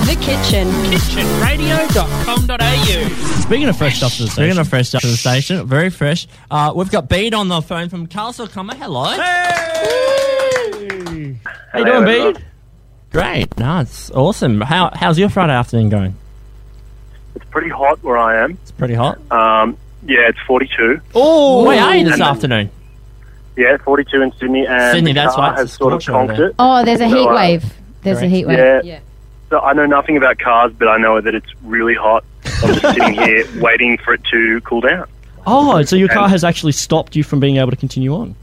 The kitchen. kitchenradio.com.au. Speaking of fresh stuff to the station. Speaking of fresh stuff to the station, very fresh. Uh, we've got Bede on the phone from Castle Comer. Hello. How you doing, everyone. Bede? Great. No, it's awesome. How, how's your Friday afternoon going? It's pretty hot where I am. It's pretty hot. Um, yeah, it's 42. Oh, where are you this And- afternoon? Yeah, 42 in Sydney, and Sydney, the that's car why it's has sort of scorching over conked there. it. Oh, there's a heat uh, wave. There's correct. a heat wave. Yeah. So I know nothing about cars, but I know that it's really hot. I'm just sitting here waiting for it to cool down. Oh, so your car And- has actually stopped you from being able to continue on.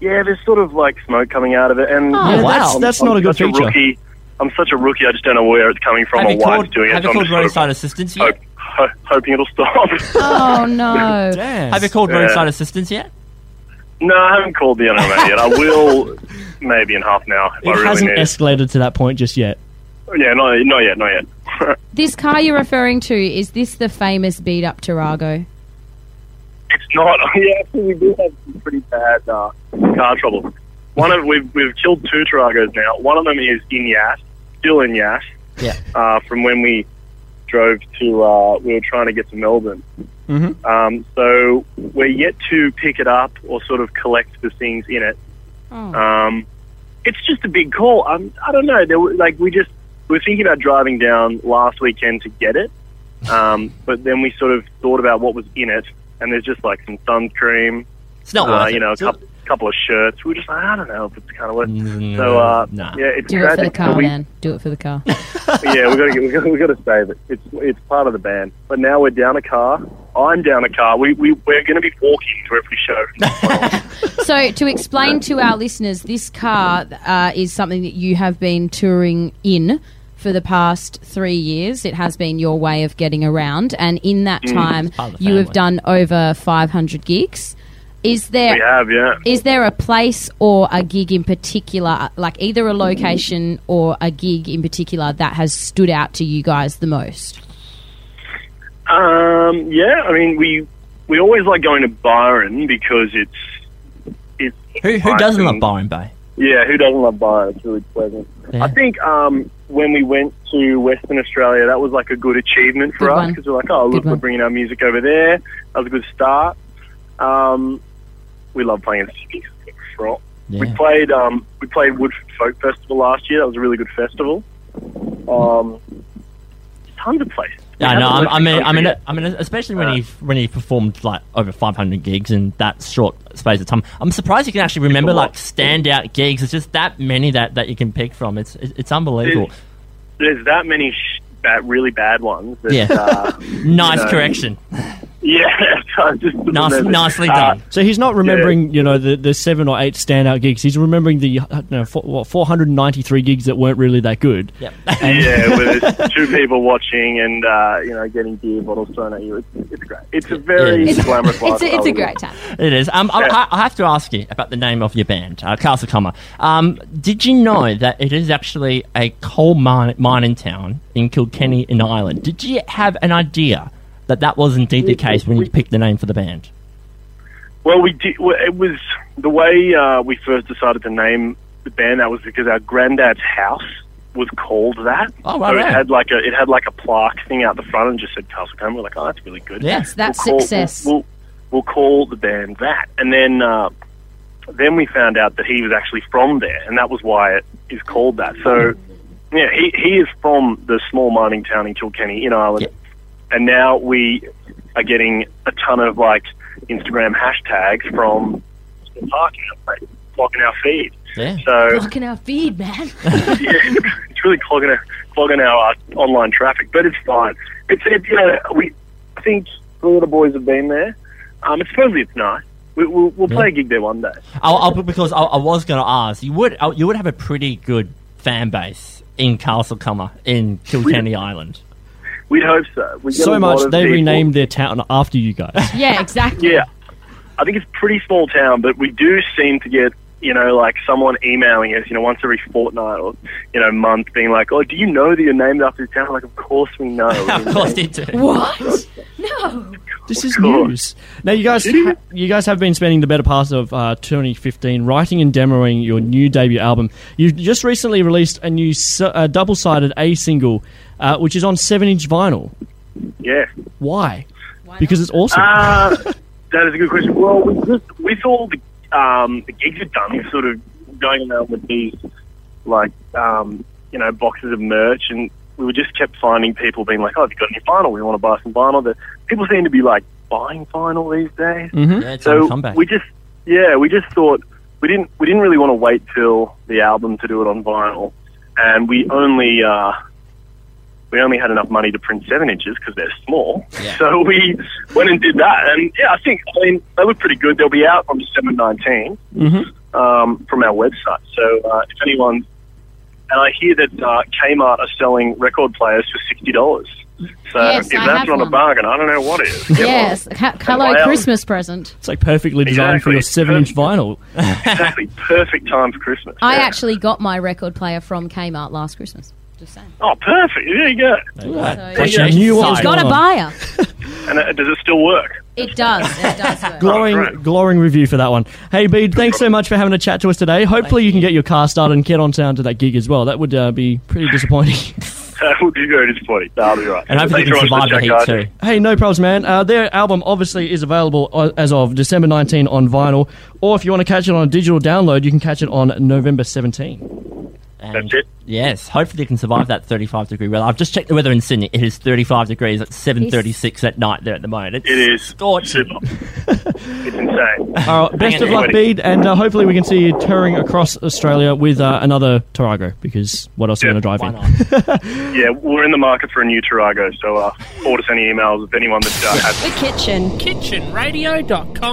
Yeah, there's sort of like smoke coming out of it, and Oh, Yeah, that's- I'm- Oh, that's I'm not a good such feature. rookie. I'm such a rookie. I just don't know where it's coming from Have or you why called, it's doing have it. you so called I'm just roadside sort of assistance yet? hope, ho- hoping it'll stop. Oh no. Damn. Have you called Yeah. roadside assistance yet? no, I haven't called the NRMA yet. I will maybe in half an hour if I It really hasn't need. escalated to that point just yet. yeah, not, not yet, not yet. This car you're referring to is this the famous beat up Tarago? It's not. Yeah, actually, we do have some pretty bad uh, car trouble. One of we've we've killed two Taragos now. One of them is in Yass, still in Yass. Yeah. Uh, from when we drove to, uh, we were trying to get to Melbourne. Mhm. Um, so we're yet to pick it up or sort of collect the things in it. Oh. Um, it's just a big call. Um, I don't know. There were, like we just we were thinking about driving down last weekend to get it, um, but then we sort of thought about what was in it, and there's just like some sun cream, It's not uh, worth you it. know, a It's not- couple, couple of shirts. We were just like, I don't know if it's kind of worth. Mm, So uh, nah. yeah, it's Do it for the tragic. car, so we, man. Do it for the car. yeah, we got to we got we got to save it. It's it's part of the ban. But now we're down a car. I'm down a car. We we we're going to be walking to every show. so, to explain to our listeners, this car uh, is something that you have been touring in for the past three years. It has been your way of getting around, and in that Mm. time, part of the you have family. done over 500 gigs. Is we there have yeah. is there a place or a gig in particular, like either a location or a gig in particular, that has stood out to you guys the most? Um, yeah, I mean we we always like going to Byron because it's it's Who, who doesn't love Byron Bay? yeah who doesn't love Byron? It's really pleasant. Yeah. I think um, when we went to Western Australia, that was like a good achievement for Good us one. because we're like, oh look, Good we're one. bringing our music over there. That was a good start. Um, we love playing in cities. Right? We Yeah. played um, we played Woodford Folk Festival last year. That was a really good festival. Um, tons of places. We Yeah, no, haven't I'm, left I the mean, I country mean, yet. I mean, especially when Uh, he when he performed like over 500 gigs in that short space of time. I'm surprised you can actually remember lot. like standout gigs. It's just that many that, that you can pick from. It's it's, it's unbelievable. there's that many sh- bad, really bad ones. That, Yeah. Uh, nice know. correction. yeah. so I just Nice, remembered. nicely Uh, done. So he's not remembering, you know, the, the seven or eight standout gigs. He's remembering the uh, no, four, what, 493 gigs that weren't really that good. Yep. yeah, with two people watching and uh, you know getting beer bottles thrown at you. It's, it's great. It's a very It's- glamorous It's a, lifestyle, it's a isn't it? great time. it is. Um, I, I- I have to ask you about the name of your band, uh, Castle Comer. Um, did you know that it is actually a coal mine, mining town in Kilkenny, in Ireland? Did you have an idea that that was indeed the case when you picked the name for the band? Well, we did. Well, it was the way uh, we first decided to name the band. That was because our granddad's house was called that. Oh, right, So right. it had like a it had like a plaque thing out the front and just said Castle Comer. We're like, oh, that's really good. Yeah. That's that we'll call- success. We'll, we'll call the band that, and then uh, then we found out that he was actually from there, and that was why it is called that. So yeah, he he is from the small mining town in Kilkenny in Ireland, and now we are getting a ton of like Instagram hashtags from the park like, clogging our feed. Yeah. So Rocking our feed, man. yeah, it's, it's really clogging our clogging our uh, online traffic, but it's fine. It's, it's you know we I think the little boys have been there. Um, it's supposedly it's nice. We, we'll, we'll play a gig there one day. I'll, I'll, because I, I was going to ask, you would uh, you would have a pretty good fan base in Castlecomer in Kilkenny Island. We'd hope so. We get a So lot much of they people- renamed their town after you guys. Yeah, exactly. Yeah, I think it's a pretty small town, but we do seem to get you know, like someone emailing us, you know, once every fortnight or, you know, month, being like, oh, do you know that you're named after this town? Like, of course we know. of course they do. What? No. This is Of course. news. Now, you guys, ha- you guys have been spending the better part of uh, 2015 writing and demoing your new debut album. You just recently released a new s- uh, double-sided A single, uh, which is on seven-inch vinyl. yeah. Why? Why Because it's awesome. Uh, that is a good question. Well, we just, with all the, um, the gigs we've done, we're sort of going around with these, like, um, you know, boxes of merch, and we were just kept finding people being like, oh, have you got any vinyl? We want to buy some vinyl. The, people seem to be, like, buying vinyl these days. hmm Yeah, it's on a So comeback. we just, yeah, we just thought we didn't we didn't really want to wait till the album to do it on vinyl, and we only uh, we only had enough money to print seven inches because they're small. So we went and did that, and yeah, I think I mean they look pretty good. They'll be out on December 19 Mm-hmm. um, from our website. So uh, if anyone and I hear that uh, Kmart are selling record players for sixty dollars. So Yes, if I that's have not one. a bargain, I don't know what is. Get one. Yes. Ca- hello, Well- Christmas present. It's like perfectly designed for your Exactly. seven-inch vinyl. exactly. Perfect time for Christmas. I Yeah. actually got my record player from Kmart last Christmas. Just saying. Oh, perfect. There you go. Plus, yeah, you knew what it's was It's got going a on. buyer. And uh, does it still work? It does. It does. Work. glowing, Right. glowing review for that one. Hey, Bede, thanks so much for having a chat to us today. Hopefully, you can get your car started and get on down to that gig as well. That would uh, be pretty disappointing. That would be very disappointing. No, I'll be right. and hopefully Thanks they can very survive much the for the heat chat, guys. too. hey, no problems, man. Uh, their album obviously is available uh, as of December 19 on vinyl, or if you want to catch it on a digital download, you can catch it on November 17. And That's it. Yes, hopefully they can survive that 35 degree weather. I've just checked the weather in Sydney. It is 35 degrees at 7:36 at night there at the moment. It's It is scorching. super. it's insane. All right, Uh, best it, of luck, everybody. Bede, and uh, hopefully we can see you touring across Australia with uh, another Tarago, because what else are you Yeah, going to drive Why in? not? Yeah, we're in the market for a new Tarago, so uh, forward us any emails if anyone that uh, has kitchenradio.com.au.